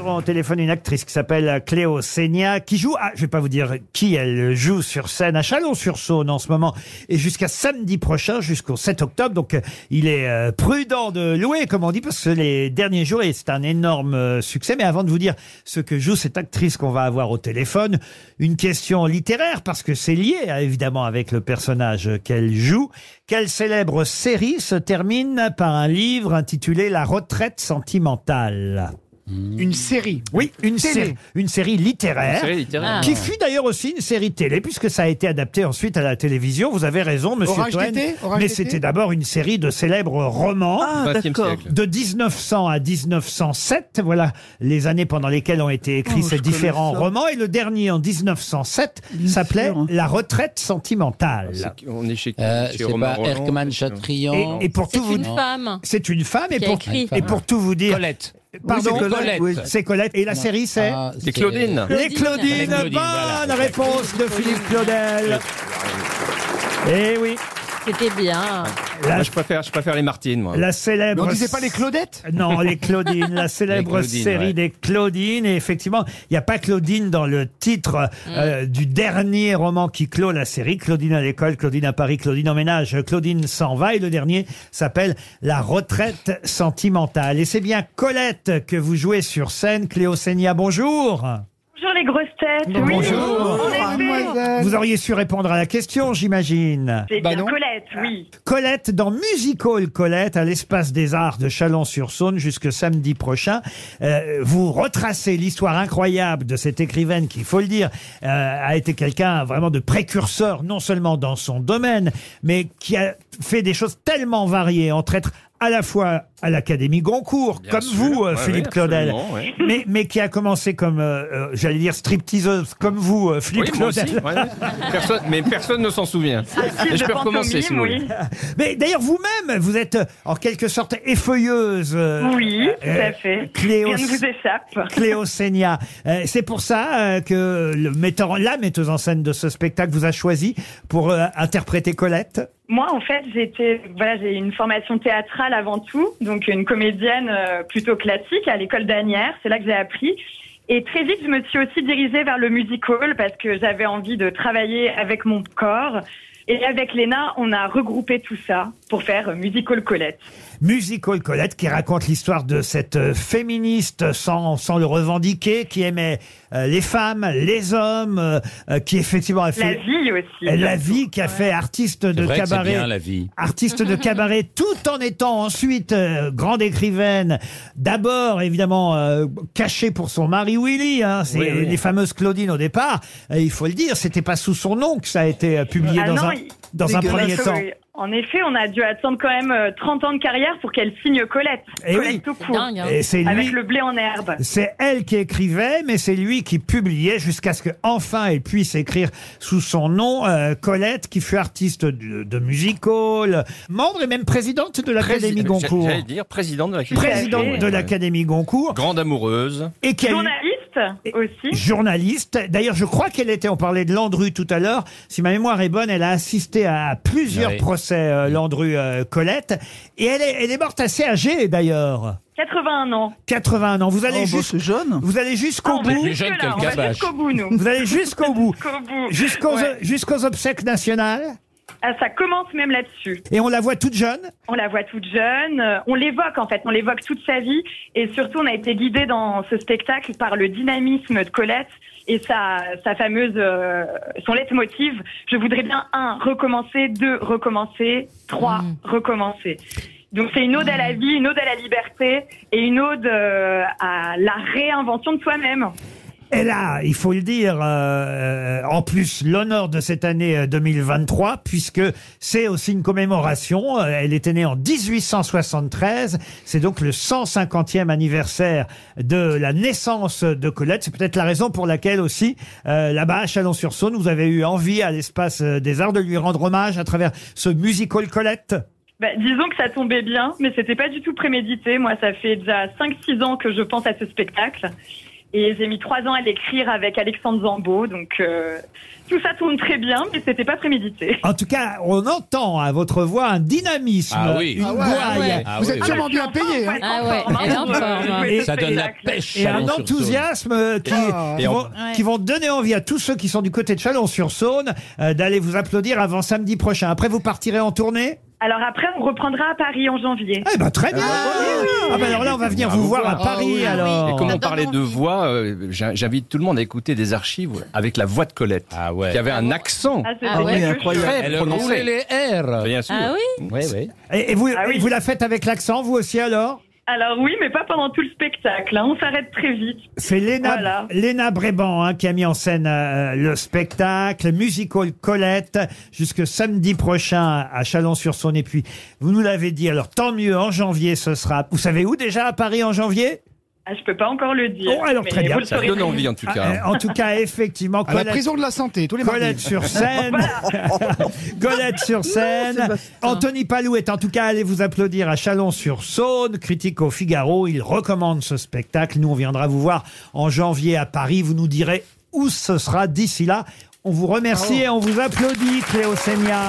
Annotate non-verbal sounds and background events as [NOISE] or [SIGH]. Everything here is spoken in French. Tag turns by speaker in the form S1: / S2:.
S1: avons au téléphone une actrice qui s'appelle Cléo Seigna, qui joue, ah, je vais pas vous dire qui elle joue sur scène à Chalon-sur-Saône en ce moment, et jusqu'à samedi prochain, jusqu'au 7 octobre. Donc, euh, il est euh, prudent de louer, comme on dit, parce que les derniers jours, et c'est un énorme euh, succès. Mais avant de vous dire ce que joue cette actrice qu'on va avoir au téléphone, une question littéraire, parce que c'est lié, euh, évidemment, avec le personnage qu'elle joue. Quelle célèbre série se termine par un livre intitulé La retraite sentimentale
S2: Une série.
S1: oui, une,
S2: Télé.
S1: série, une série littéraire.
S3: Une série littéraire.
S1: Qui fut d'ailleurs aussi une série télé, puisque ça a été adapté ensuite à la télévision. Vous avez raison, monsieur
S2: Orage
S1: Toen.
S2: d'été Orage
S1: Mais
S2: d'été
S1: c'était d'abord une série de célèbres romans.
S3: Ah, d'accord.
S1: De 1900 à 1907, voilà les années pendant lesquelles ont été
S2: Oh,
S1: écrits ces différents romans. Et le dernier, en 1907, s'appelait
S2: hein.
S1: La retraite sentimentale.
S3: On est chez,
S4: Euh,
S3: chez
S4: c'est
S3: Romain
S4: pas
S3: Roland,
S4: Erkman
S3: Ah, c'est-
S4: Chatrian.
S1: Et, et pour
S5: C'est
S1: tout vous
S5: une femme.
S1: c'est une femme. Et
S5: qui a
S1: pour,
S5: écrit.
S1: et pour tout vous dire,
S4: Colette.
S1: pardon,
S4: Oui, c'est Colette. Oui.
S1: C'est Colette. Et la série, c'est
S4: Ah,
S3: C'est Claudine.
S1: Les Claudines,
S5: Les
S1: bonne
S4: Claudines, voilà.
S1: réponse de Philippe Claudel. Eh oui,
S5: C'était bien.
S1: la,
S3: Moi, je préfère, je préfère les Martines, moi.
S1: la
S2: Mais
S1: célèbre.
S2: on disait pas les Claudettes
S1: Non, les Claudines, la célèbre
S3: [LAUGHS] Les Claudines,
S1: série
S3: ouais.
S1: des Claudines. Et effectivement, il n'y a pas Claudine dans le titre
S3: Mm.
S1: euh, du dernier roman qui clôt la série. Claudine à l'école, Claudine à Paris, Claudine en ménage, Claudine s'en va. Et le dernier s'appelle La retraite sentimentale. Et c'est bien Colette que vous jouez sur scène. Cléo Seigna, bonjour.
S6: Bonjour les grosses têtes. Oui,
S1: Bonjour.
S6: en effet.
S2: mademoiselle.
S1: Vous auriez su répondre à la question, j'imagine.
S6: C'est
S2: Bah
S6: bien
S2: non.
S6: Colette, oui.
S1: Colette dans Musical Colette à l'espace des arts de Chalon-sur-Saône jusque samedi prochain. Euh, vous retracez l'histoire incroyable de cette écrivaine qui, il faut le dire, euh, a été quelqu'un vraiment de précurseur, non seulement dans son domaine, mais qui a fait des choses tellement variées entre être à la fois à l'Académie Goncourt,
S3: Bien
S1: comme
S3: sûr.
S1: vous, euh,
S3: Ouais,
S1: Philippe
S3: ouais,
S1: Claudel,
S3: absolument, ouais.
S1: mais, mais qui a commencé comme, euh, euh, j'allais dire, stripteaseuse, comme vous, euh, Philippe
S3: Oui, moi aussi.
S1: Claudel.
S3: ouais, ouais. Personne, mais personne ne s'en souvient. Ah. Et je peux recommencer, si vous voulez.
S6: oui.
S1: Mais d'ailleurs, vous-même, vous êtes euh, en quelque sorte effeuilleuse. euh,
S6: Oui, tout
S1: euh,
S6: à fait.
S1: Cléo,
S6: Rien ne [LAUGHS] vous échappe.
S1: Cléo Seigna. Euh, c'est pour ça euh, que le metteur, la metteuse en scène de ce spectacle vous a choisi pour euh, interpréter Colette.
S6: Moi, en fait, j'étais, voilà, j'ai une formation théâtrale avant tout, donc une comédienne euh, plutôt classique à l'école d'Anières. C'est là que j'ai appris. Et très vite, je me suis aussi dirigée vers le musical parce que j'avais envie de travailler avec mon corps. Et avec Léna, on a regroupé tout ça pour faire euh, musical Colette.
S1: Musical Colette qui raconte l'histoire de cette euh, féministe sans, sans le revendiquer, qui aimait euh, les femmes, les hommes, euh, euh, qui effectivement a
S6: La
S1: fait
S6: vie aussi.
S1: Eh, la vie, qui a fait artiste de
S4: C'est vrai que c'est
S1: cabaret.
S4: bien la vie.
S1: artiste de cabaret, tout en étant ensuite euh, grande écrivaine. D'abord, évidemment, euh, cachée pour son mari Willy. Hein, c'est
S3: Oui, oui.
S1: les fameuses Claudine au départ. Et il faut le dire, c'était pas sous son nom que ça a été euh, publié
S6: Ah
S1: dans
S6: non,
S1: un,
S6: il-
S1: dans un premier
S6: Parce que,
S1: temps.
S6: oui, En effet, on a dû attendre quand même euh, 30 ans de carrière pour qu'elle signe Colette.
S1: Eh
S6: Colette
S1: oui.
S6: tout
S5: C'est
S6: court.
S5: dingue, hein.
S1: Et c'est lui.
S6: Avec le blé en herbe.
S1: C'est elle qui écrivait, mais c'est lui qui publiait jusqu'à ce que enfin elle puisse écrire sous son nom euh, Colette, qui fut artiste de, de musical, membre et même présidente de l'Académie
S3: Prési-
S1: Goncourt.
S3: J'allais dire président de la
S1: Présidente de Oh. l'Académie Goncourt
S3: Grande amoureuse.
S1: et qui a eu
S6: Journaliste
S1: Et-
S6: aussi.
S1: journaliste. D'ailleurs, je crois qu'elle était, on parlait de Landru tout à l'heure, si ma mémoire est bonne, elle a assisté à plusieurs
S4: Oui.
S1: procès euh, Landru euh, Colette et elle est, elle est morte assez âgée d'ailleurs.
S6: 81 ans.
S1: 81 ans. Vous allez juste
S2: Oh, bah, jeune.
S1: vous allez
S6: Ah,
S1: jusqu'au
S6: on va
S1: bout.
S4: plus jeune
S6: jusque-là,
S4: que le
S6: on va
S4: cabage.
S6: jusqu'au bout, nous.
S1: Vous allez jusqu'au
S6: [LAUGHS]
S1: bout.
S6: Jusqu'au bout.
S1: Jusqu'aux
S6: Ouais.
S1: jusqu'aux obsèques nationales
S6: Ah, ça commence même là-dessus.
S1: et on la voit toute jeune.
S6: On la voit toute jeune, euh, on l'évoque en fait, on l'évoque toute sa vie et surtout on a été guidé dans ce spectacle par le dynamisme de Colette et sa, sa fameuse, euh, son leitmotiv, je voudrais bien un, recommencer, deux, recommencer, trois, recommencer. Donc c'est une ode à la vie, une ode à la liberté et une ode euh, à la réinvention de soi-même.
S1: Elle a, il faut le dire, euh, en plus l'honneur de cette année euh, 2023, puisque c'est aussi une commémoration. Euh, Elle était née en 1873. C'est donc le 150e anniversaire de la naissance de Colette. C'est peut-être la raison pour laquelle aussi, euh, là-bas, à Chalon-sur-Saône, vous avez eu envie, à l'espace euh, des arts, de lui rendre hommage à travers ce musical Colette.
S6: Bah, disons que ça tombait bien, mais c'était pas du tout prémédité. Moi, ça fait déjà 5-6 ans que je pense à ce spectacle. Et j'ai mis trois ans à l'écrire avec Alexandre Zambo. Donc euh, tout ça tourne très bien, mais c'était pas prémédité.
S1: En tout cas, on entend à votre voix un dynamisme,
S4: Ah oui.
S1: une
S2: Ah ouais,
S1: gouaille.
S5: ah ouais.
S2: Vous êtes sûrement bien payé. hein.
S5: Ah ouais, elle est en forme.
S6: Et
S4: Ça donne la pêche.
S1: Et un
S4: Chalon-sur-Saône.
S1: enthousiasme euh, qui,
S2: Ah.
S1: qui
S4: Et
S1: vont,
S5: on-
S1: qui vont donner envie à tous ceux qui sont du côté de Chalon-sur-Saône euh, d'aller vous applaudir avant samedi prochain. Après, vous partirez en tournée
S6: Alors après, on reprendra à Paris en janvier.
S1: Eh ben très bien Ah ben alors là, on va venir
S3: Ah,
S1: vous
S3: vous
S1: voir à
S3: voir.
S1: Paris
S5: Ah oui.
S1: alors.
S3: Et comme on
S5: donne
S3: parlait de
S5: envie.
S3: voix, euh, j'in- j'invite tout le monde à écouter des archives avec la voix de Colette,
S4: Ah ouais.
S3: qui avait un accent
S6: Ah, c'est
S5: Ah ouais,
S3: très
S4: Elle roulait
S3: prononcé.
S4: les airs.
S3: Bien sûr.
S5: Ah oui
S4: Oui, oui.
S1: Et, et vous,
S6: Ah oui.
S1: et vous la faites avec l'accent, vous aussi alors
S6: Alors oui, mais pas pendant tout le spectacle. hein. On s'arrête très vite.
S1: C'est Léna,
S6: Voilà.
S1: Léna Bréban hein, qui a mis en scène euh, le spectacle Musical Colette jusque samedi prochain à Chalon-sur-Saône. Et puis, vous nous l'avez dit, alors tant mieux, en janvier ce sera. Vous savez où déjà à Paris en janvier
S6: Ah, je peux pas encore le dire.
S1: Oh, alors,
S6: mais
S1: très bien.
S6: vous le
S3: Ça
S6: saurez
S3: donne
S6: très
S3: envie
S6: vite.
S3: en tout
S1: Ah,
S3: cas.
S1: euh, En tout
S2: [LAUGHS]
S1: cas, effectivement,
S2: À la
S1: Colette,
S2: prison de la santé, tous les mardis.
S1: Ah Colette sur scène.
S2: [LAUGHS]
S1: Colette sur scène. Anthony Palou est en tout cas allé vous applaudir à Chalon-sur-Saône, critique au Figaro. Il recommande ce spectacle. Nous, on viendra vous voir en janvier à Paris. Vous nous direz où ce sera d'ici là. On vous
S2: Oh.
S1: remercie et on vous applaudit, Cléo Seigna.